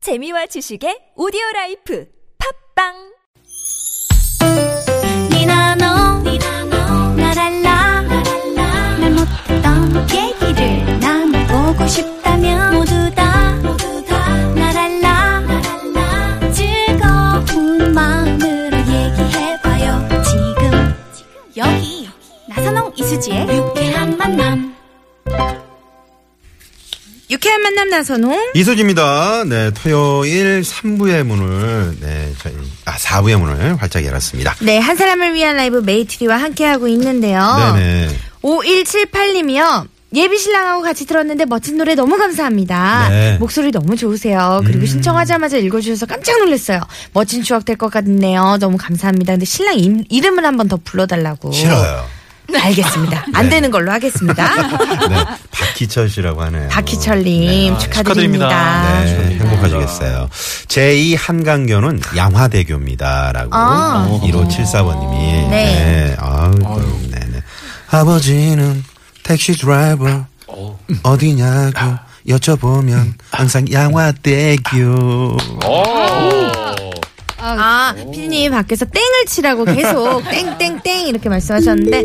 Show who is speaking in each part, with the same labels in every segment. Speaker 1: 재미와 지식의 오디오 라이프 팝빵
Speaker 2: 니나노 나랄라 말 못했던 얘기를 나눠보고 싶다면 모두 다 나랄라 즐거운 마음으로 얘기해봐요 지금 여기 나선홍 이수지의 유쾌한 만남
Speaker 3: 유쾌한 만남 나선홍.
Speaker 4: 이수지입니다. 네, 토요일 3부의 문을, 네, 저희, 아, 4부의 문을 활짝 열었습니다.
Speaker 3: 네, 한 사람을 위한 라이브 메이트리와 함께하고 있는데요.
Speaker 4: 네네.
Speaker 3: 5178님이요. 예비신랑하고 같이 들었는데 멋진 노래 너무 감사합니다.
Speaker 4: 네. 음.
Speaker 3: 목소리 너무 좋으세요. 그리고 신청하자마자 읽어주셔서 깜짝 놀랐어요. 멋진 추억 될 것 같네요. 너무 감사합니다. 근데 신랑 임- 이름을 한번 더 불러달라고.
Speaker 4: 싫어요.
Speaker 3: 알겠습니다. 안
Speaker 4: 네.
Speaker 3: 되는 걸로 하겠습니다.
Speaker 4: 네, 박희철 씨라고 하네요.
Speaker 3: 박희철님 아,
Speaker 4: 네.
Speaker 3: 축하드립니다.
Speaker 4: 네, 행복하시겠어요. 제2 한강교는 양화대교입니다라고
Speaker 3: 아.
Speaker 4: 1574번님이.
Speaker 3: 네.
Speaker 4: 아우, 네네. 아버지는 택시 드라이버 어디냐고 여쭤보면 항상 양화대교.
Speaker 3: 아, 피디님 밖에서 땡을 치라고 계속 땡땡땡 이렇게 말씀하셨는데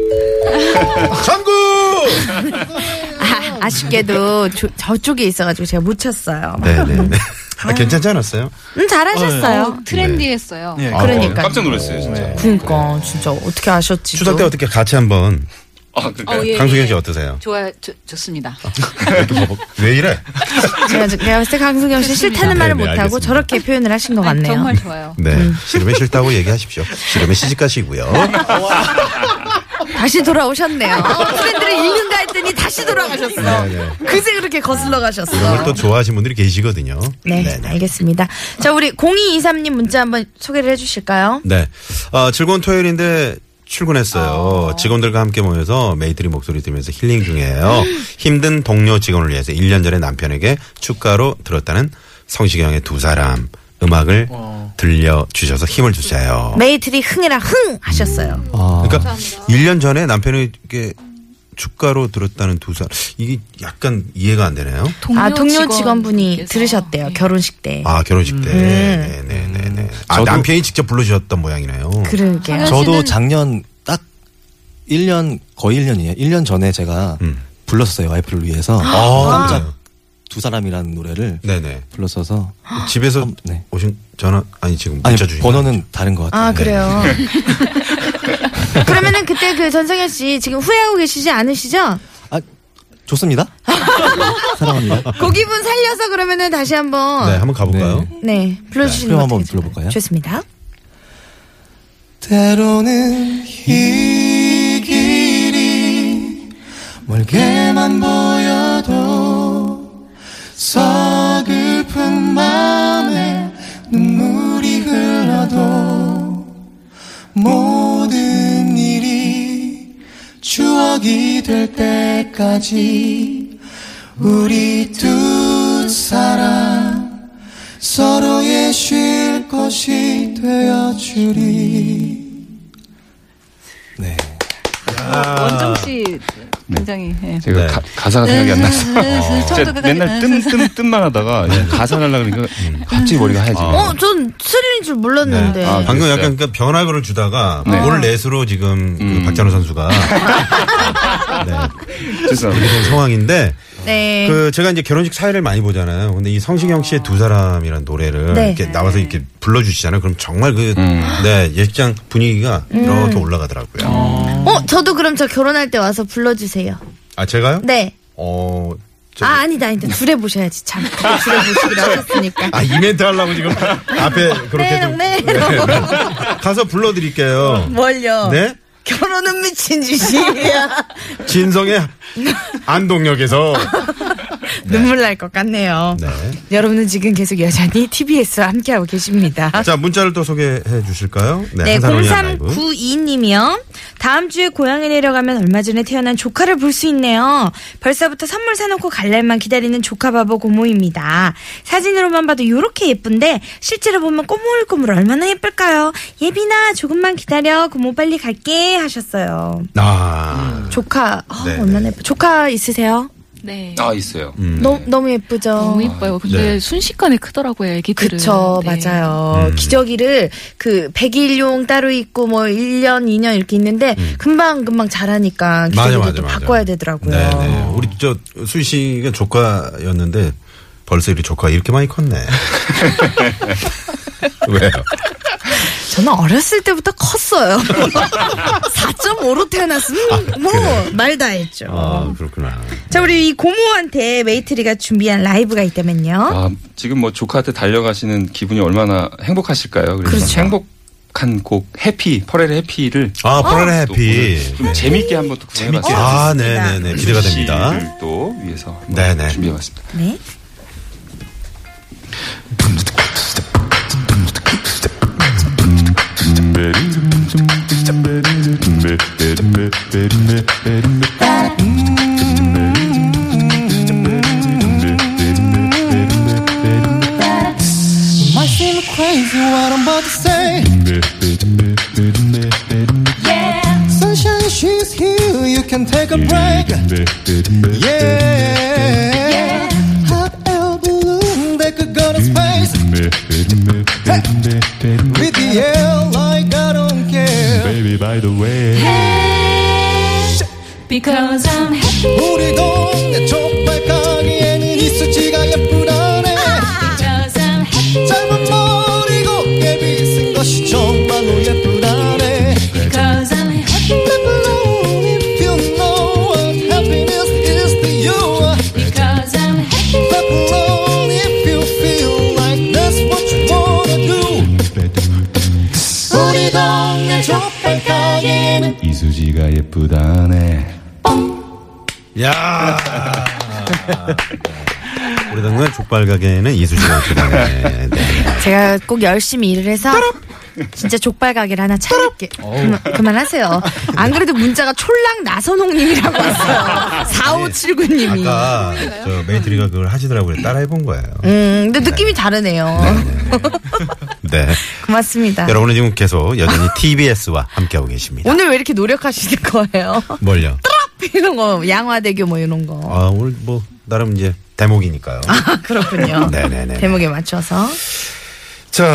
Speaker 4: 전국!
Speaker 3: 아, 아쉽게도 저, 저쪽에 있어가지고 제가 못 쳤어요.
Speaker 4: 네네네. 아, 괜찮지 않았어요?
Speaker 3: 음, 잘하셨어요.
Speaker 5: 트렌디했어요.
Speaker 4: 네.
Speaker 6: 예,
Speaker 4: 아,
Speaker 3: 그러니까요.
Speaker 6: 깜짝 놀랐어요, 진짜.
Speaker 3: 네. 아, 그러니까 진짜 어떻게 아셨지?
Speaker 4: 추석 때 어떻게 같이 한번
Speaker 6: 아, 그러니까.
Speaker 5: 어, 예,
Speaker 4: 강수경
Speaker 5: 예.
Speaker 4: 씨 어떠세요?
Speaker 5: 좋아요, 좋- 좋습니다.
Speaker 4: 왜 이래?
Speaker 3: 제가 내가 봤을 때 강승경 씨 싫다는 말을
Speaker 4: 네, 네,
Speaker 3: 못하고
Speaker 4: 알겠습니다.
Speaker 3: 저렇게 표현을 하신 것 같네요.
Speaker 5: 정말 좋아요.
Speaker 4: 네.
Speaker 3: 음.
Speaker 4: 싫으면 싫다고 얘기하십시오. 싫으면 시집가시고요.
Speaker 3: 다시 돌아오셨네요. 어, 트렌드를 읽는가 했더니 다시 돌아가셨어.
Speaker 4: 네, 네.
Speaker 3: 그새 그렇게 거슬러
Speaker 4: 이걸
Speaker 3: 가셨어.
Speaker 4: 또 좋아하시는 분들이 계시거든요.
Speaker 3: 네, 알겠습니다. 자, 우리 0223님 문자 한번 소개를 해주실까요?
Speaker 4: 네. 어, 즐거운 토요일인데 출근했어요.
Speaker 3: 아.
Speaker 4: 직원들과 함께 모여서 메이트리 목소리 들으면서 힐링 중이에요. 힘든 동료 직원을 위해서 1년 전에 남편에게 축가로 들었다는 성시경의 두 사람 음악을 들려주셔서 힘을 주세요.
Speaker 3: 메이트리 흥이라 흥 하셨어요.
Speaker 4: 그러니까 1년 전에 남편이 이렇게 축가로 들었다는 두 사람 이게 약간 이해가 안 되네요.
Speaker 3: 아, 동료
Speaker 5: 직원분께서- 네.
Speaker 3: 직원분이 들으셨대요. 결혼식 때.
Speaker 4: 아 결혼식 때. 네네네네. 아
Speaker 7: 저도-
Speaker 4: 남편이 직접 불러주셨던 모양이네요.
Speaker 3: 그러게요.
Speaker 7: 저도 작년 딱 1년 거의 1년이에요. 1년 전에 제가
Speaker 4: 음.
Speaker 7: 불렀었어요. 와이프를 위해서
Speaker 4: 아,
Speaker 7: 깜짝 두 사람이라는 노래를
Speaker 4: 네네.
Speaker 7: 불렀어서
Speaker 4: 집에서
Speaker 7: 음, 네.
Speaker 4: 오신 전화 아니 지금
Speaker 7: 아니
Speaker 4: 문자 주신
Speaker 7: 번호는 다른 것 같아요. 네.
Speaker 3: 아 그래요. 그러면은 그때 그 전성현 씨 지금 후회하고 계시지 않으시죠?
Speaker 7: 아, 좋습니다. 사랑합니다.
Speaker 3: 그 기분 살려서 그러면은 다시 한번
Speaker 4: 네
Speaker 3: 네,
Speaker 4: 한번 가볼까요?
Speaker 3: 불러주시는
Speaker 7: 네,
Speaker 3: 거
Speaker 7: 그럼 한번
Speaker 3: 어떻게 될까요?
Speaker 7: 불러볼까요?
Speaker 3: 좋습니다.
Speaker 7: 때로는 이 길이 멀게만 보여도 서글픈 마음에 눈물이 흘러도 모든 일이 추억이 될 때까지 우리 두 사람 서로의 쉴 것이 되어주리 네.
Speaker 5: 원정 씨 굉장히 예.
Speaker 6: 제가
Speaker 4: 네.
Speaker 6: 가, 가사가 생각이 안 났어.
Speaker 5: 네.
Speaker 6: 제가
Speaker 5: 처음부터
Speaker 6: 맨날 뜸, 뜸, 뜸만 하다가
Speaker 4: 네.
Speaker 6: 가사를 하려고 그러니까
Speaker 4: 음.
Speaker 6: 갑자기 머리가 하얘지.
Speaker 3: 어, 전 스릴인 줄
Speaker 4: 네.
Speaker 7: 네.
Speaker 3: 몰랐는데.
Speaker 6: 아,
Speaker 4: 방금
Speaker 6: 그랬어요?
Speaker 4: 약간 그 변화를 주다가 올 내수로 지금 그
Speaker 7: 음.
Speaker 4: 박찬호 선수가
Speaker 6: 죄송합니다.
Speaker 4: 된 상황인데
Speaker 3: 네.
Speaker 4: 그 제가 이제 결혼식 사회를 많이 보잖아요. 근데 이 성시경 씨의 두 사람이란 노래를
Speaker 3: 네.
Speaker 4: 이렇게 나와서 이렇게 불러주시잖아요. 그럼 정말 그 네, 예식장 분위기가
Speaker 3: 음.
Speaker 4: 이렇게 올라가더라고요.
Speaker 3: 어, 저도 그럼 저 결혼할 때 와서 불러주세요.
Speaker 4: 아 제가요?
Speaker 3: 네.
Speaker 4: 어. 저-
Speaker 3: 아 아니다 아니다 줄에 보셔야지 참 줄에 보시기로 하셨으니까.
Speaker 4: 아 이벤트 하려고 지금 앞에 그렇게
Speaker 3: 매롱
Speaker 4: 좀 네.
Speaker 3: 매롱
Speaker 4: 가서 불러드릴게요.
Speaker 3: 뭘요?
Speaker 4: 네?
Speaker 3: 결혼은 미친 짓이야.
Speaker 4: 진성의 안동역에서
Speaker 3: 눈물 날 것 같네요.
Speaker 4: 네.
Speaker 3: 여러분은 지금 계속 여전히 TBS와 함께하고 계십니다.
Speaker 4: 자 문자를 또 소개해 주실까요?
Speaker 3: 네,
Speaker 4: 한 사람을 위한 라이브.
Speaker 3: 0392님이요. 다음 주에 고향에 내려가면 얼마 전에 태어난 조카를 볼 수 있네요. 벌써부터 선물 사놓고 갈 날만 기다리는 조카 바보 고모입니다. 사진으로만 봐도 요렇게 예쁜데 실제로 보면 꼬물꼬물 얼마나 예쁠까요? 예빈아 조금만 기다려 고모 빨리 갈게 하셨어요.
Speaker 4: 아,
Speaker 3: 조카 어,
Speaker 4: 네,
Speaker 3: 얼마나
Speaker 4: 네.
Speaker 3: 예뻐. 조카 있으세요?
Speaker 8: 네.
Speaker 6: 아 있어요.
Speaker 4: 음.
Speaker 3: 너무, 너무 예쁘죠?
Speaker 8: 너무 이뻐요. 근데
Speaker 4: 네.
Speaker 8: 순식간에 크더라고요, 애기들은.
Speaker 3: 그쵸,
Speaker 8: 네.
Speaker 3: 맞아요.
Speaker 4: 음.
Speaker 3: 기저귀를 그 100일용 따로 있고 뭐 1년, 2년 이렇게 있는데 금방금방 자라니까
Speaker 4: 음. 맞아,
Speaker 3: 기저귀도
Speaker 4: 맞아,
Speaker 3: 또
Speaker 4: 맞아.
Speaker 3: 바꿔야 되더라고요.
Speaker 4: 네, 네. 우리 저 수희 씨가 조카였는데 벌써 이렇게 조카 이렇게 많이 컸네. 왜요?
Speaker 3: 저는 어렸을 때부터 컸어요. 4.5로 태어났으면 뭐
Speaker 4: 아, 그래요?
Speaker 3: 말 다 했죠.
Speaker 4: 아 그렇구나.
Speaker 3: 자, 우리 이 고모한테 메이트리가 준비한 라이브가
Speaker 4: 어.
Speaker 3: 있다면요.
Speaker 6: 아, 지금 뭐 조카한테 달려가시는 기분이 얼마나 행복하실까요? 그래서
Speaker 3: 그렇죠.
Speaker 6: 행복한 곡 해피 퍼렐의 해피를
Speaker 4: 아 보라의
Speaker 6: 또 오늘
Speaker 4: 해피.
Speaker 6: 좀 재밌게 한번 또 구해봤어요.
Speaker 4: 아, 네, 네, 네. 기대가 됩니다.
Speaker 6: 시를 또 위해서 한번
Speaker 4: 네네.
Speaker 6: 준비해봤습니다.
Speaker 3: 네.
Speaker 7: Might seem crazy what I'm about to say. Sunshine, she's here. You can take a break. Yeah. Hot air balloon that could go to space. Hey. With the air like I don't care. Baby,
Speaker 5: Because I'm happy
Speaker 7: 우리도 내 촉박하기에는 이수지가 예쁘다네.
Speaker 5: Because I'm happy
Speaker 7: 짧은 머리 곱게 빗은 것이 정말로 예쁘다네.
Speaker 5: Because I'm happy
Speaker 7: Alone if you know what happiness is to you.
Speaker 5: Because I'm happy
Speaker 7: Alone if you feel like that's what you wanna do. 우리 동네 족발 가게는
Speaker 6: 이수지가 예쁘다네.
Speaker 4: 야. 우리 당면 족발 가게에는 네. 이수지가 있거든요. 네, 네.
Speaker 3: 제가 꼭 열심히 일을 해서 진짜 족발 가게를 하나 차릴게. 그만, 하세요안 그래도 문자가 촐랑 나선홍님이라고 왔어요. 4579님이.
Speaker 4: 네. 아까 저 메이트리가 그걸 하시더라고요. 따라 해본 거예요.
Speaker 3: 음, 근데 느낌이 다르네요.
Speaker 4: 네.
Speaker 3: 고맙습니다.
Speaker 4: 여러분은 지금 계속 여전히 TBS와 함께하고 계십니다.
Speaker 3: 오늘 왜 이렇게 노력하시는 거예요?
Speaker 4: 뭘요?
Speaker 3: 이런 거, 양화대교 뭐 이런 거.
Speaker 4: 아, 오늘 뭐, 나름 이제 대목이니까요.
Speaker 3: 아, 그렇군요.
Speaker 4: 네네네.
Speaker 3: 제목에 맞춰서.
Speaker 4: 자,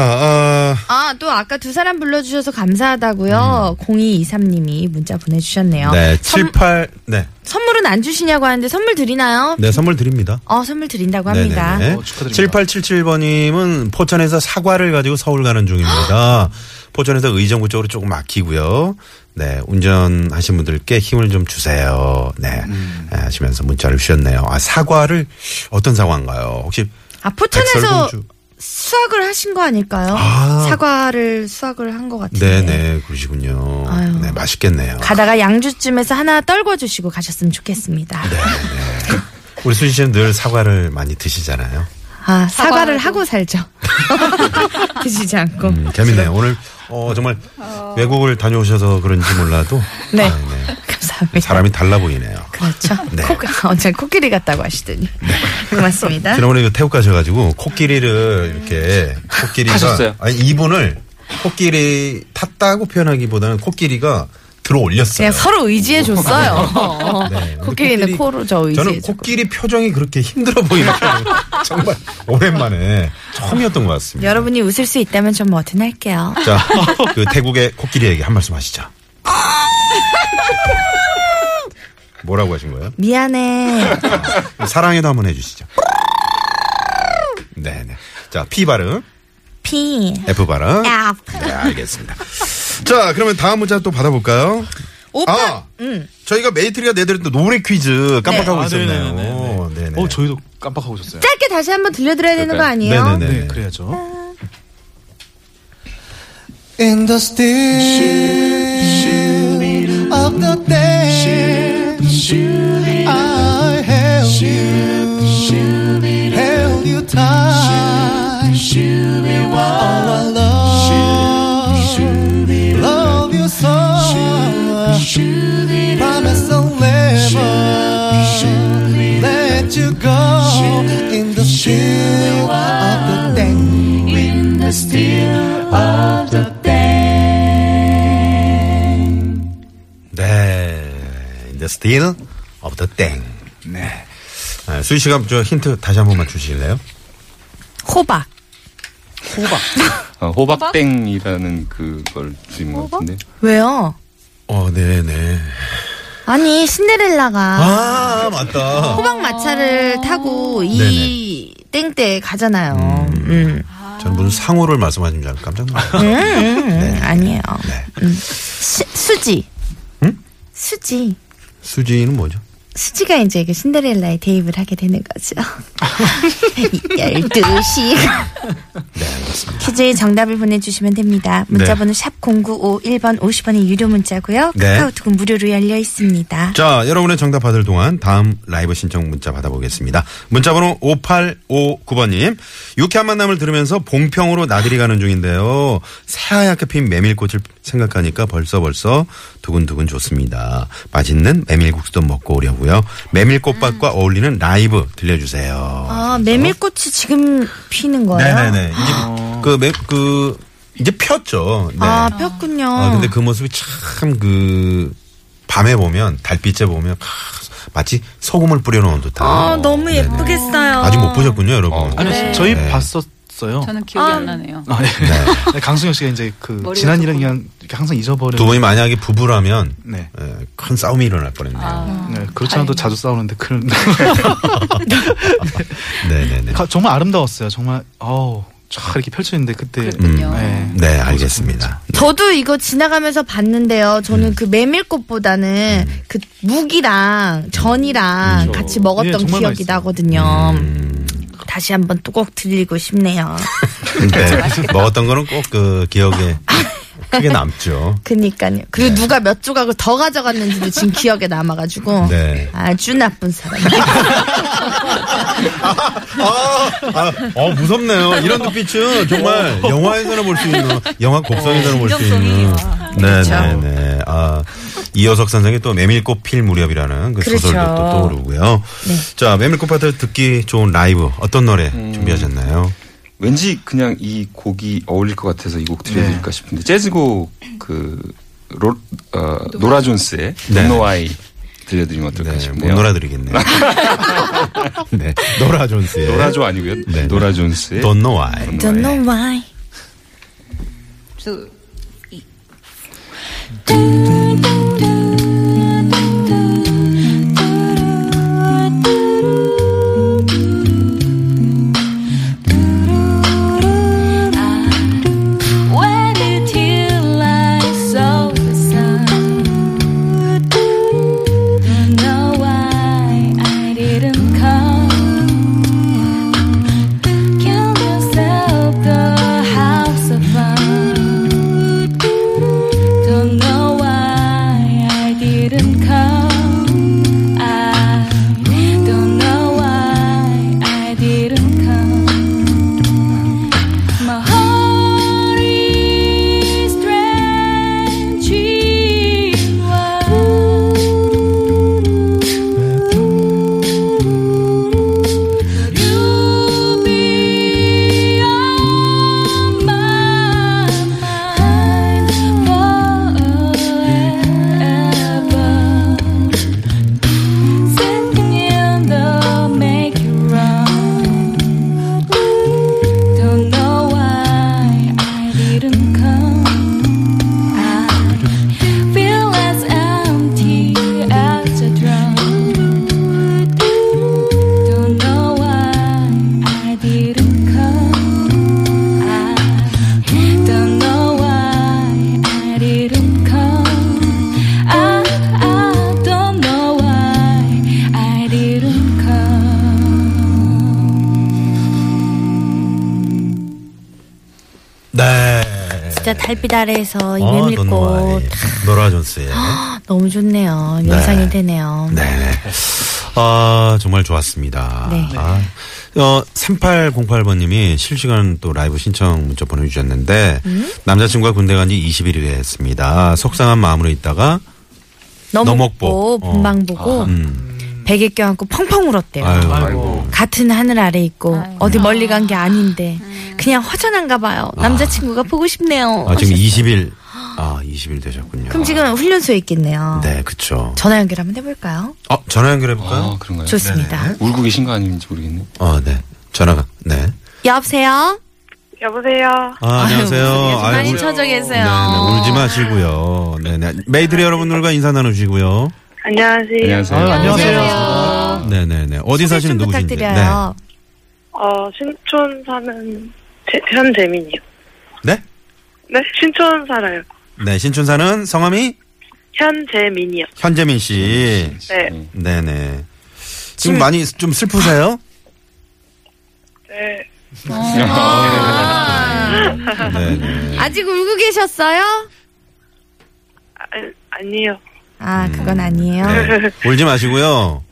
Speaker 3: 아, 또 아까 두 사람 불러주셔서 감사하다고요. 0223님이 문자 보내주셨네요.
Speaker 4: 어, 음. 네,
Speaker 3: 선,
Speaker 4: 78, 네.
Speaker 3: 물은안 주시냐고 하는데 선물 드리나요?
Speaker 4: 네, 선물 드립니다.
Speaker 3: 어, 선물 드린다고 합니다.
Speaker 4: 네네네. 7877번님은 포천에서 사과를 가지고 서울 가는 중입니다. 포천에서 의정부 쪽으로 조금 막히고요. 네, 운전하신 분들께 힘을 좀 주세요. 네,
Speaker 3: 음.
Speaker 4: 네, 하시면서 문자를 주셨네요. 아, 사과를 어떤 사과인가요? 혹시
Speaker 3: 아, 포천에서
Speaker 4: 백설공주?
Speaker 3: 수확을 하신 거 아닐까요?
Speaker 4: 아.
Speaker 3: 사과를 수확을 한 것 같은데.
Speaker 4: 네, 네, 그러시군요.
Speaker 3: 아유.
Speaker 4: 네, 맛있겠네요.
Speaker 3: 가다가 양주쯤에서 하나 떨궈주시고 가셨으면 좋겠습니다.
Speaker 4: 네. 우리 수진 씨는 늘 사과를 많이 드시잖아요.
Speaker 3: 아, 사과를 하고 살죠. 드시지 않고.
Speaker 4: 음, 재밌네요. 오늘 어, 정말 외국을 다녀오셔서 그런지 몰라도
Speaker 3: 네.
Speaker 4: 아, 네.
Speaker 3: 감사합니다.
Speaker 4: 사람이 달라 보이네요.
Speaker 3: 그렇죠.
Speaker 4: 네.
Speaker 3: 코, 언제 코끼리 같다고 하시더니. 고맙습니다.
Speaker 4: 지난번에 그 태국 가셔가지고 코끼리를 이렇게 코끼리가
Speaker 6: 타셨어요?
Speaker 4: 아니 이분을 코끼리 탔다고 표현하기보다는 코끼리가 들어 올렸어요.
Speaker 3: 그냥 서로 의지해줬어요. 어.
Speaker 4: 네. 근데
Speaker 3: 코끼리는 코로 저
Speaker 4: 저는
Speaker 3: 의지해줬고.
Speaker 4: 코끼리 표정이 그렇게 힘들어 보이는 정말 오랜만에 처음이었던 것 같습니다.
Speaker 3: 여러분이 웃을 수 있다면 좀 뭐든 할게요.
Speaker 4: 자, 그 태국의 코끼리에게 한 말씀 하시죠. 뭐라고 하신 거예요?
Speaker 3: 미안해.
Speaker 4: 사랑해도 한번 해주시죠. 네네. 자, P 발음,
Speaker 3: 피.
Speaker 4: F 발음.
Speaker 3: 야.
Speaker 4: 네, 알겠습니다. 자, 그러면 다음 문자 또 받아볼까요?
Speaker 3: 오빠. 음.
Speaker 4: 아,
Speaker 3: 응.
Speaker 4: 저희가 메이트리가 내드렸던 노래 퀴즈 깜빡하고
Speaker 7: 아, 네네네네.
Speaker 4: 있었네요. 네네.
Speaker 7: 어 저희도 깜빡하고 있었어요.
Speaker 3: 짧게 다시 한번 들려드려야 되는 거 아니에요?
Speaker 4: 네네네.
Speaker 7: 네, 그래야죠. In the still of the day, I held you, held you tight. Oh, I love, love you so. Promise I'll never let you go. In the still of the day.
Speaker 4: 네. In the still of the thing. 네. 아, 수희 씨가 저 힌트 다시 한 번만 주실래요?
Speaker 3: 호박.
Speaker 6: 어, 호박땡이라는 그걸 드린 것 같은데.
Speaker 3: 왜요?
Speaker 4: 어, 네네.
Speaker 3: 아니 신데렐라가
Speaker 4: 아, 맞다.
Speaker 3: 호박 마차를 타고 이 땡때 가잖아요. 음.
Speaker 4: 저는 무슨 상호를 말씀하신 줄 알고 깜짝 놀랐어요.
Speaker 3: 음, 음, 아니에요.
Speaker 4: 아.
Speaker 3: 음.
Speaker 4: 네. 음?
Speaker 3: 수, 수지. 수지.
Speaker 4: 수지는 뭐죠?
Speaker 3: 수지가 이제 그 신데렐라에 대입을 하게 되는 거죠.
Speaker 4: 네,
Speaker 3: 12시. 퀴즈의 정답을 보내주시면 됩니다.
Speaker 4: 네.
Speaker 3: 문자번호 샵 0951번 50원의 유료 문자고요.
Speaker 4: 네.
Speaker 3: 카카오톡은 무료로 열려 있습니다.
Speaker 4: 자, 여러분의 정답 받을 동안 다음 라이브 신청 문자 받아보겠습니다. 문자번호 5859번님. 유쾌한 만남을 들으면서 봉평으로 나들이 가는 중인데요. 새하얗게 핀 메밀꽃을 생각하니까 벌써 벌써 두근두근 좋습니다. 맛있는 메밀국수도 먹고 오려고요. 메밀꽃밭과 어울리는 라이브 들려주세요.
Speaker 3: 음. 아, 메밀꽃이 지금 피는 거예요?
Speaker 4: 네네네. 이제 그, 매, 그, 이제 폈죠. 네.
Speaker 3: 아, 폈군요.
Speaker 4: 아, 근데 그 모습이 참 그, 밤에 보면, 달빛에 보면, 캬, 마치 소금을 뿌려놓은 듯한.
Speaker 3: 아, 너무
Speaker 4: 네네.
Speaker 3: 예쁘겠어요.
Speaker 4: 아직 못 보셨군요, 여러분.
Speaker 6: 어.
Speaker 9: 아니요,
Speaker 4: 네.
Speaker 9: 저희
Speaker 4: 네.
Speaker 9: 봤었어요.
Speaker 8: 저는 기억이 안 나네요.
Speaker 9: 아, 예. 강승현 씨가 이제 그
Speaker 8: 머리가
Speaker 9: 지난 일은
Speaker 8: 조금-
Speaker 9: 그냥 이렇게 항상 잊어버리는.
Speaker 4: 두 분이 만약에 부부라면,
Speaker 9: 네.
Speaker 4: 예, 큰 싸움이 일어날 뻔했네요.
Speaker 3: 아.
Speaker 9: 네, 그렇지 않아도 자주 싸우는데 그런.
Speaker 4: 네네네.
Speaker 9: 가- 정말 아름다웠어요. 정말 어우 촥 이렇게 펼쳐있는데 그때.
Speaker 8: 그랬군요.
Speaker 9: 네.
Speaker 4: 네, 알겠습니다.
Speaker 3: 저도 이거 지나가면서 봤는데요. 저는
Speaker 4: 음.
Speaker 3: 그 메밀꽃보다는 그 묵이랑
Speaker 4: 음. 그렇죠.
Speaker 3: 전이랑 같이 먹었던
Speaker 9: 예, 정말
Speaker 3: 기억이
Speaker 9: 맛있어요.
Speaker 3: 나거든요. 다시 한번 또 꼭 들리고 싶네요.
Speaker 4: 네. 먹었던 거는 꼭 그 기억에
Speaker 3: 아.
Speaker 4: 크게 남죠.
Speaker 3: 그니까요.
Speaker 4: 네.
Speaker 3: 그리고 누가 몇 조각을 더 가져갔는지도 지금 기억에 남아가지고
Speaker 4: 네.
Speaker 3: 아주 나쁜 사람.
Speaker 4: 아, 아, 어, 무섭네요. 이런 눈빛은 정말
Speaker 3: 어.
Speaker 4: 영화에서나 볼 수 있는, 영화 곡성에서나 볼 수 있는. 네,
Speaker 3: 그렇죠.
Speaker 4: 네네네. 아, 이효석 선생의 또 메밀꽃 필 무렵이라는 그 소설도
Speaker 3: 그렇죠. 네.
Speaker 4: 또 떠오르고요. 자, 메밀꽃 파트 듣기 좋은 라이브 어떤 노래
Speaker 6: 음.
Speaker 4: 준비하셨나요?
Speaker 6: 왠지 그냥 이 곡이 어울릴 것 같아서 이 곡
Speaker 4: 네.
Speaker 6: 들려드릴까 싶은데 재즈곡 그 로, 어, 노라 존스의
Speaker 4: 네.
Speaker 6: 노노아이 들려드리면 어떨까
Speaker 4: 네, 못
Speaker 6: 싶네요.
Speaker 4: 놀아드리겠네요. 네. 노라 존스의
Speaker 6: 노라조 아니고요.
Speaker 4: 네.
Speaker 6: 노라 존스의
Speaker 4: Don't Know Why.
Speaker 3: Don't know why.
Speaker 8: 저-
Speaker 5: When until I saw the sun, don't know why I didn't come. Kill yourself, the house of fun. Don't know why I didn't come. I don't know why I didn't come. My heart is drenching wine. You be on my mind forever. Sending in the make you run. Don't know why I didn't come. I feel as empty as a drum. Don't know why I didn't come. I don't know why I didn't come. I I don't know why I didn't come.
Speaker 4: 네.
Speaker 3: 진짜 달빛 아래에서 이
Speaker 4: 어, Don't Know
Speaker 3: 메밀꽃
Speaker 4: Why. 노라 존스의.
Speaker 3: 너무 좋네요. 연상이 되네요.
Speaker 4: 네네. 아, 정말 좋았습니다.
Speaker 3: 네.
Speaker 4: 아, 어, 3808번님이 실시간 또 라이브 신청 문자 보내주셨는데,
Speaker 3: 음?
Speaker 4: 남자친구가 군대 간 지 20일이 됐습니다. 속상한 마음으로 있다가,
Speaker 3: 너먹고
Speaker 4: 너먹보. 어.
Speaker 3: 분방 보고
Speaker 4: 음,
Speaker 3: 베개 껴안고 펑펑 울었대요.
Speaker 4: 아유,
Speaker 9: 아이고.
Speaker 3: 같은 하늘 아래 있고 어디
Speaker 10: 아.
Speaker 3: 멀리 간 게
Speaker 10: 음.
Speaker 3: 어, 아닌데 그냥 허전한가 봐요. 남자친구가 보고 싶네요.
Speaker 4: 아, 지금 20일, 아, 20일. 20일 되셨군요.
Speaker 3: 그럼 지금 어. 훈련소에 있겠네요.
Speaker 4: 네, 그쵸.
Speaker 3: 전화 연결 한번 해볼까요?
Speaker 4: 어, 전화 연결해볼까요?
Speaker 6: 아, 그런가요?
Speaker 3: 좋습니다.
Speaker 4: 네네.
Speaker 6: 울고 계신 거 아닌지 모르겠네.
Speaker 4: 어, 네. 전화가, 네.
Speaker 3: 여보세요?
Speaker 10: 여보세요.
Speaker 4: 아, 안녕세요
Speaker 3: 많이
Speaker 4: 울,
Speaker 3: 쳐져
Speaker 4: 네,
Speaker 3: 계세요.
Speaker 4: 네, 울지 마시고요. 네, 네. 메이트리 여러분들과 인사 나누시고요.
Speaker 10: 안녕하세요.
Speaker 4: 아,
Speaker 6: 안녕하세요.
Speaker 4: 네, 네, 네.
Speaker 3: 소개
Speaker 4: 어디 사시는 네.
Speaker 3: 좀
Speaker 4: 누구신지.
Speaker 3: 부탁드려요.
Speaker 10: 어, 신촌 사는 제, 현재민이요.
Speaker 4: 네. 네.
Speaker 10: 네? 신촌 살아요.
Speaker 4: 네, 신춘사는 성함이
Speaker 10: 현재민이요.
Speaker 4: 현재민 씨.
Speaker 10: 네.
Speaker 4: 네, 네. 지금 많이 좀 슬프세요?
Speaker 10: 네.
Speaker 4: 네, 네.
Speaker 3: 아직 울고 계셨어요?
Speaker 10: 아, 아니요.
Speaker 3: 아, 그건 아니에요.
Speaker 4: 음. 네. 울지 마시고요.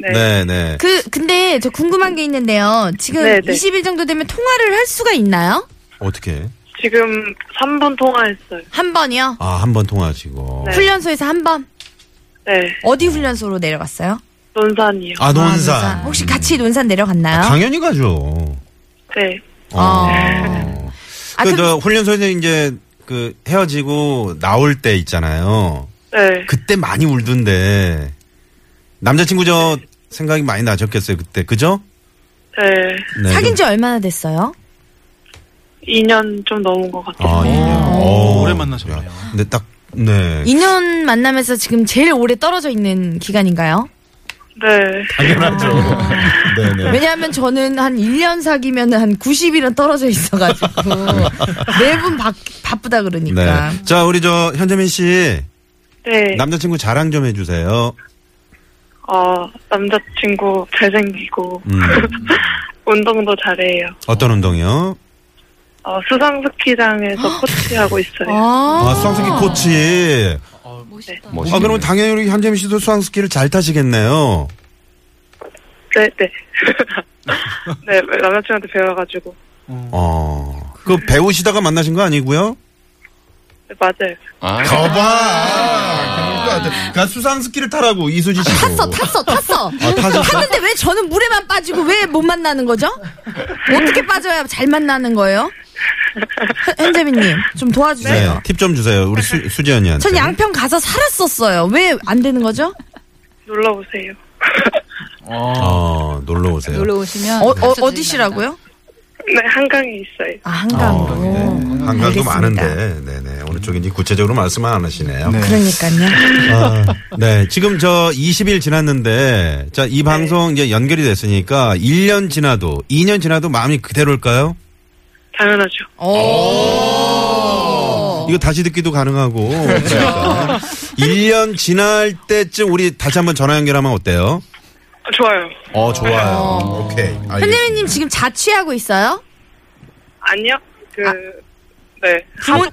Speaker 10: 네.
Speaker 4: 네, 네.
Speaker 3: 그 근데 저 궁금한 게 있는데요. 지금
Speaker 10: 네, 네.
Speaker 3: 20일 정도 되면 통화를 할 수가 있나요?
Speaker 4: 어떻게?
Speaker 10: 지금 3분 통화했어요.
Speaker 3: 한 번이요?
Speaker 4: 아, 한 번 통화하시고.
Speaker 10: 네.
Speaker 3: 훈련소에서 한 번.
Speaker 10: 네.
Speaker 3: 어디 훈련소로 내려갔어요?
Speaker 10: 논산이요.
Speaker 4: 아, 논산.
Speaker 3: 아, 혹시 같이 논산
Speaker 4: 아,
Speaker 3: 내려갔나요?
Speaker 4: 당연히 가죠.
Speaker 10: 네.
Speaker 3: 어.
Speaker 4: 어.
Speaker 3: 아,
Speaker 4: 그,
Speaker 3: 그-
Speaker 4: 저, 훈련소에서 이제, 그, 헤어지고 나올 때 있잖아요.
Speaker 10: 네.
Speaker 4: 그때 많이 울던데. 남자친구 저 생각이 많이 나셨겠어요, 그때. 그죠?
Speaker 10: 네.
Speaker 4: 네.
Speaker 3: 사귄 지 얼마나 됐어요?
Speaker 10: 2년 좀 넘은 것 같아요.
Speaker 4: 아, 예. 오.
Speaker 9: 오래 만나셨네요.
Speaker 4: 근데 딱, 네.
Speaker 3: 2년 만나면서 지금 제일 오래 떨어져 있는 기간인가요? 음.
Speaker 10: 네.
Speaker 4: 당연하죠. 네네.
Speaker 3: 왜냐하면 저는 한 1년 사귀면 한 90일은 떨어져 있어가지고 매분 바, 바쁘다 그러니까.
Speaker 4: 네. 자, 우리 저, 현재민 씨.
Speaker 10: 네.
Speaker 4: 남자친구 자랑 좀 해주세요.
Speaker 10: 어, 남자친구 잘생기고,
Speaker 4: 음.
Speaker 10: 운동도 잘해요.
Speaker 4: 어떤 운동이요?
Speaker 10: 어, 수상 스키장에서 코치하고 있어요.
Speaker 3: 아,
Speaker 4: 아, 수상스키 코치.
Speaker 8: 멋있다.
Speaker 4: 아, 그러면 당연히 우리 현재민 씨도 수상스키를 잘 타시겠네요.
Speaker 10: 네, 네. 네, 남자친구한테 배워가지고.
Speaker 4: 어. 그 배우시다가 만나신 거 아니고요?
Speaker 10: 네, 맞아요.
Speaker 6: 아,
Speaker 4: 거봐. 그러니까 수상스키를 타라고 이수지 씨.
Speaker 3: 탔어, 탔어, 탔어.
Speaker 4: 아, 타셨어?
Speaker 3: 탔는데 왜 저는 물에만 빠지고 왜 못 만나는 거죠? 어떻게 빠져야 잘 만나는 거예요? 현- 현재민님 좀 도와주세요.
Speaker 4: 네. 팁 좀 주세요. 우리 수, 수지 언니한테.
Speaker 3: 전 양평 가서 살았었어요. 왜 안 되는 거죠?
Speaker 10: 놀러오세요.
Speaker 4: 어, 놀러 오세요.
Speaker 8: 놀러 오시면
Speaker 3: 어,
Speaker 8: 가르쳐
Speaker 3: 디시라고요
Speaker 10: 네, 한강에 있어요.
Speaker 3: 아 한강으로. 음,
Speaker 4: 어, 네. 한강도
Speaker 3: 알겠습니다.
Speaker 4: 많은데, 네네. 어느 쪽인지 구체적으로 말씀 안 하시네요.
Speaker 9: 네.
Speaker 3: 그러니까요.
Speaker 4: 아, 네. 지금 저 20일 지났는데, 자, 이 방송 이제 연결이 됐으니까 1년 지나도, 2년 지나도 마음이 그대로일까요?
Speaker 10: 당연하죠.
Speaker 4: 어.
Speaker 3: 어,
Speaker 4: 이거 다시 듣기도 가능하고. 그러니까. 1년 지날 때쯤 우리 다시 한번 전화 연결하면 어때요?
Speaker 10: 아, 좋아요.
Speaker 4: 어, 좋아요. 오케이. 알겠습니다.
Speaker 3: 현재민님 지금 자취하고 있어요?
Speaker 10: 아니요. 그, 네.
Speaker 3: 부모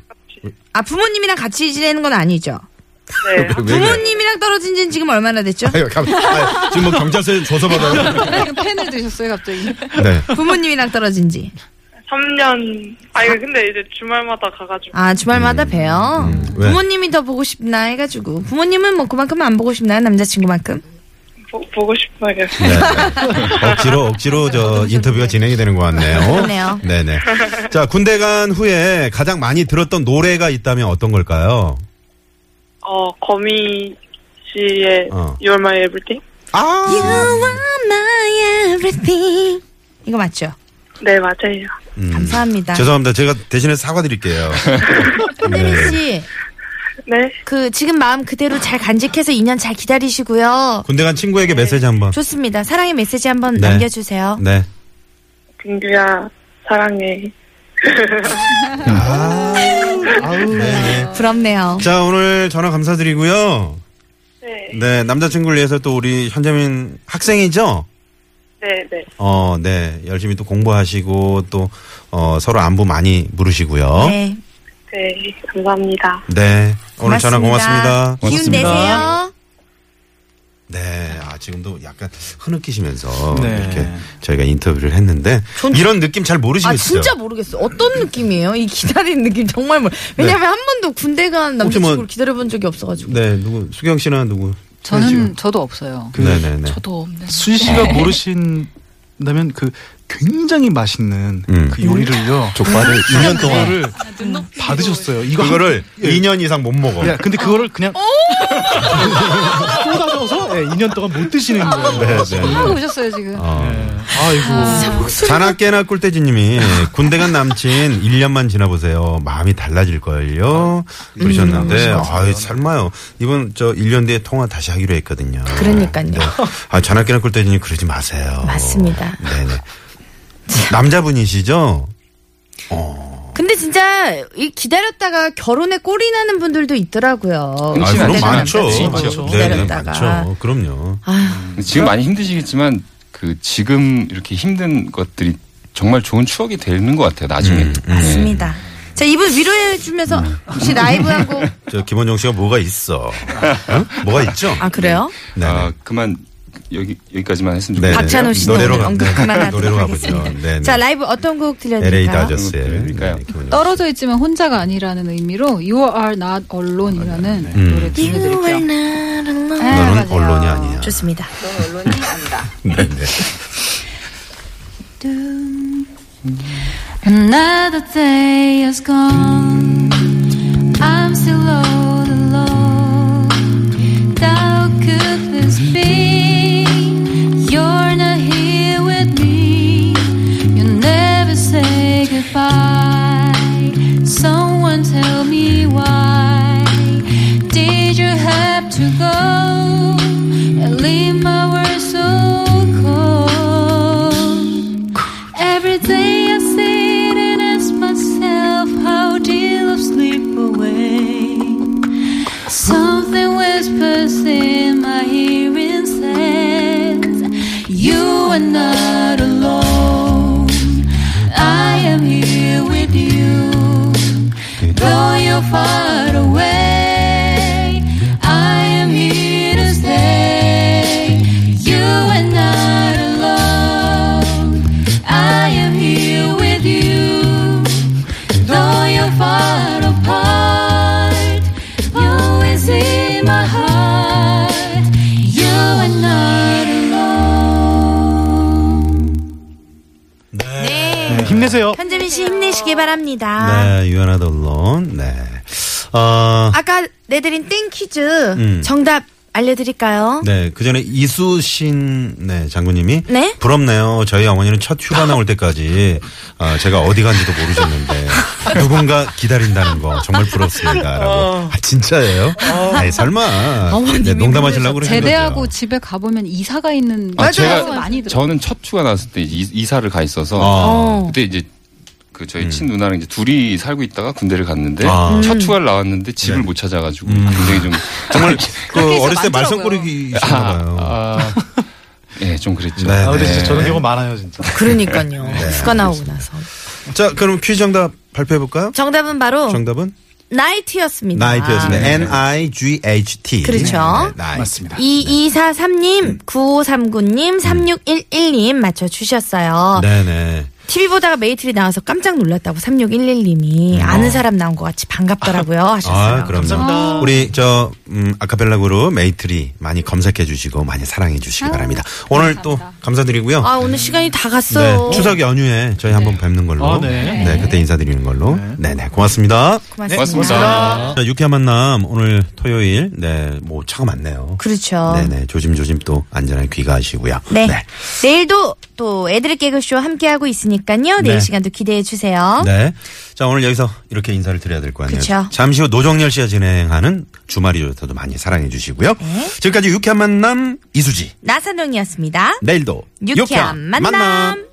Speaker 3: 아 부모님이랑 같이 지내는 건 아니죠?
Speaker 10: 네.
Speaker 4: 왜 그래?
Speaker 3: 부모님이랑 떨어진 지는 지금 얼마나 됐죠?
Speaker 4: 아유, 감- 아유, 지금 뭐 경찰서에 조서받아요.
Speaker 8: 지금 팬을 드셨어요 갑자기.
Speaker 4: 네.
Speaker 3: 부모님이랑 떨어진 지.
Speaker 10: 3년. 아니, 근데 이제 주말마다 가가지고.
Speaker 3: 아 주말마다 봬요.
Speaker 4: 음, 왜?
Speaker 3: 부모님이 더 보고 싶나 해가지고 부모님은 뭐 그만큼 안 보고 싶나요 남자친구만큼?
Speaker 10: 보, 보고 싶어요.
Speaker 4: 네. 억지로 억지로 저 인터뷰가 진행이 되는 것 같네요.
Speaker 3: 그러네요.
Speaker 4: 네네. 자 군대 간 후에 가장 많이 들었던 노래가 있다면 어떤 걸까요?
Speaker 10: 어, 거미 씨의
Speaker 4: 어.
Speaker 10: You're My Everything?
Speaker 3: You are my everything. 이거 맞죠?
Speaker 10: 네, 맞아요.
Speaker 3: 감사합니다.
Speaker 4: 음. 죄송합니다. 제가 대신에 사과드릴게요. 네.
Speaker 3: 현대민 씨,
Speaker 10: 네.
Speaker 3: 그 지금 마음 그대로 잘 간직해서 2년 잘 기다리시고요.
Speaker 4: 군대 간 친구에게 메시지 한번.
Speaker 3: 좋습니다. 사랑의 메시지 한번
Speaker 4: 네.
Speaker 3: 남겨주세요.
Speaker 4: 네.
Speaker 10: 빙규야, 사랑해.
Speaker 4: 네.
Speaker 3: 부럽네요.
Speaker 4: 자 오늘 전화 감사드리고요.
Speaker 10: 네.
Speaker 4: 네 남자친구를 위해서 또 우리 현재민 학생이죠.
Speaker 10: 네, 네.
Speaker 4: 어, 네. 열심히 또 공부하시고 또 어, 서로 안부 많이 물으시고요. 네.
Speaker 3: 네.
Speaker 10: 네, 감사합니다.
Speaker 4: 오늘 전화 고맙습니다.
Speaker 3: 기운 내세요.
Speaker 4: 네, 아 지금도 약간 흐느끼시면서
Speaker 9: 네.
Speaker 4: 이렇게 저희가 인터뷰를 했는데 이런 느낌 잘
Speaker 3: 아
Speaker 4: 모르시겠어요?
Speaker 3: 진짜 모르겠어. 어떤 느낌이에요? 이 기다리는 느낌 정말 모르. 왜냐하면 한 번도 군대 간
Speaker 4: 네. 혹시
Speaker 3: 남자친구를
Speaker 4: 뭐-
Speaker 3: 기다려본 적이 없어가지고.
Speaker 4: 네, 누구 수경 씨나 누구?
Speaker 8: 저는 저도 없어요.
Speaker 4: 네네네.
Speaker 8: 저도 없는.
Speaker 9: 수지 씨가 모르신다면 그 굉장히 맛있는
Speaker 4: 음.
Speaker 9: 그 요리를요.
Speaker 11: 족발을 1년 동안
Speaker 9: 그거를 받으셨어요. 이거 네.
Speaker 4: 이거를 2년 이상 못 먹어.
Speaker 9: 야, 근데 그거를 그냥 쏟아져서 예, 2년 동안 못 드시는 거예요.
Speaker 4: 네, 네.
Speaker 8: 하고 오셨어요 지금.
Speaker 4: 어.
Speaker 9: 아이고.
Speaker 4: 자나깨나 꿀돼지님이 군대 간 남친 1년만 지나보세요. 마음이 달라질걸요. 그러셨는데,
Speaker 6: 음.
Speaker 4: 아유, 설마요. 이번 저 1년 뒤에 통화 다시 하기로 했거든요.
Speaker 3: 그러니까요.
Speaker 4: 아, 자나깨나 꿀돼지님 그러지 마세요.
Speaker 3: 맞습니다.
Speaker 4: 네네. 남자분이시죠? 아,
Speaker 3: 근데 진짜 이 기다렸다가 결혼에 꼴이 나는 분들도 있더라고요.
Speaker 6: 아,
Speaker 4: 그럼
Speaker 6: 남자죠,
Speaker 4: 많죠.
Speaker 6: 남자죠.
Speaker 4: 네네,
Speaker 3: 기다렸다가. 아.
Speaker 4: 많죠. 그럼요.
Speaker 6: 지금 많이 힘드시겠지만 그 지금 이렇게 힘든 것들이 정말 좋은 추억이 되는 것 같아요. 나중에.
Speaker 4: 음,
Speaker 3: 맞습니다. 네. 자, 이분 위로해주면서 혹시 라이브 하고.
Speaker 4: 저 김원정 씨가 뭐가 있어? 응? 뭐가 있죠?
Speaker 3: 아, 그래요?
Speaker 4: 네.
Speaker 6: 아, 그만 여기 여기까지만 했으면
Speaker 4: 네.
Speaker 6: 좋겠어요.
Speaker 3: 박찬호 씨
Speaker 4: 노래로
Speaker 3: 오늘 언급
Speaker 4: 갑니다. 노래로
Speaker 3: 그만하도록
Speaker 4: 가보죠. 네, 네.
Speaker 3: 하겠습니다. 자, 라이브 어떤 곡
Speaker 4: LA
Speaker 3: 들려드릴까요?
Speaker 9: 음,
Speaker 4: 다저스의
Speaker 6: 그러니까요.
Speaker 4: 네, 김원정 씨.
Speaker 8: 떨어져 있지만 혼자가 아니라는 의미로 You Are Not Alone이라는
Speaker 4: 음.
Speaker 8: 노래 들려드릴게요. 아,
Speaker 4: 너는
Speaker 8: 맞아요.
Speaker 4: 언론이 아니야.
Speaker 3: 좋습니다.
Speaker 4: 네네.
Speaker 5: Another day has gone. I'm still all alone. How could this be? You're not here with me. You never say goodbye. Someone tell me why. Did you have to go and leave my world so cold? Every day I sit and ask myself, how did I sleep away? Something whispers in my hearing says, You are not alone. I am here with you. Though you're far away, I am here to stay. You are not alone. I am here with you. Though you're far apart, always in my heart. You are not alone.
Speaker 9: 네, 힘내세요.
Speaker 3: 현재민 씨 힘내시기 바랍니다.
Speaker 4: 네, 유연하다 언론. 네. 어,
Speaker 3: 아까 내드린 땡 퀴즈
Speaker 4: 음.
Speaker 3: 정답 알려드릴까요?
Speaker 4: 네, 그 전에 이수신 네, 장군님이
Speaker 3: 네?
Speaker 4: 부럽네요. 저희 어머니는 첫 휴가 나올 때까지 어, 제가 어디 간지도 모르셨는데 누군가 기다린다는 거 정말
Speaker 8: 어.
Speaker 4: 부럽습니다라고. 아 진짜예요? 아니 설마. 네, 농담하시려고 그러는
Speaker 8: 제대하고
Speaker 4: 거죠.
Speaker 8: 집에 가보면 이사가
Speaker 3: 네.
Speaker 8: 있는 경우가
Speaker 6: 아, 제가
Speaker 8: 많이 들어요.
Speaker 6: 저는 첫 휴가 나왔을 때 이- 이사를 가 있어서
Speaker 4: 어.
Speaker 6: 그때 이제 그 저희 친 누나랑 이제 둘이 살고 있다가 군대를 갔는데
Speaker 4: 음. 아. 네. 음.
Speaker 6: 첫 휴가를 나왔는데 집을 못 찾아가지고 굉장히 좀
Speaker 4: 정말
Speaker 8: 그렇게
Speaker 4: 그
Speaker 8: 해서
Speaker 4: 어렸을 때
Speaker 8: 많더라고요.
Speaker 4: 말썽꾸러기이셨나봐요.
Speaker 6: 아, 예, 좀 그랬죠.
Speaker 4: 네,
Speaker 9: 아, 근데
Speaker 4: 네.
Speaker 9: 진짜 저런 경우 많아요, 진짜.
Speaker 3: 네. 그러니까요. 휴가 나오고 나서.
Speaker 4: 자, 그럼 퀴즈 정답 발표해 볼까요?
Speaker 3: 정답은 바로
Speaker 8: 어.
Speaker 4: 정답은
Speaker 3: 나이트였습니다. 네.
Speaker 4: 나이트였습니다. N I G H T.
Speaker 3: 아.
Speaker 4: 네,
Speaker 3: 그렇죠.
Speaker 4: 나이트.
Speaker 9: 맞습니다.
Speaker 3: 2243님, 9539님, 3611님 맞춰주셨어요.
Speaker 4: 네네.
Speaker 3: TV 보다가 메이트리 나와서 깜짝 놀랐다고 3611님이 아는 사람 나온 것 같이 반갑더라고요 하셨어요.
Speaker 4: 음. 아, 그럼요.
Speaker 9: 감사합니다.
Speaker 4: 우리 저 음, 아카펠라 그룹 메이트리 많이 검색해 주시고 많이 사랑해 주시기 바랍니다. 오늘 또 감사드리고요.
Speaker 3: 아, 오늘 시간이 다
Speaker 4: 네,
Speaker 3: 갔어요.
Speaker 4: 추석 연휴에 저희 한번 뵙는 걸로.
Speaker 9: 아, 네.
Speaker 4: 그때 인사드리는 걸로. 네, 네. 고맙습니다.
Speaker 3: 고맙습니다.
Speaker 4: 자, 유쾌한 만남 오늘 토요일. 네, 뭐 차가 많네요.
Speaker 3: 그렇죠.
Speaker 4: 네, 네. 조심조심 또 안전하게 귀가하시고요.
Speaker 3: 네. 내일도 또 애들의 개그쇼 함께하고 있으니까요. 내일
Speaker 4: 네.
Speaker 3: 시간도 기대해 주세요.
Speaker 4: 네. 자, 오늘 여기서 이렇게 인사를 드려야 될 것 같네요.
Speaker 3: 어? 그쵸.
Speaker 4: 잠시 후 노정열 씨가 진행하는 주말이 좋다도 많이 사랑해 주시고요.
Speaker 3: 네.
Speaker 4: 지금까지 유쾌한 만남 이수지.
Speaker 3: 나선홍이었습니다.
Speaker 4: 내일도
Speaker 3: 유쾌한 만남.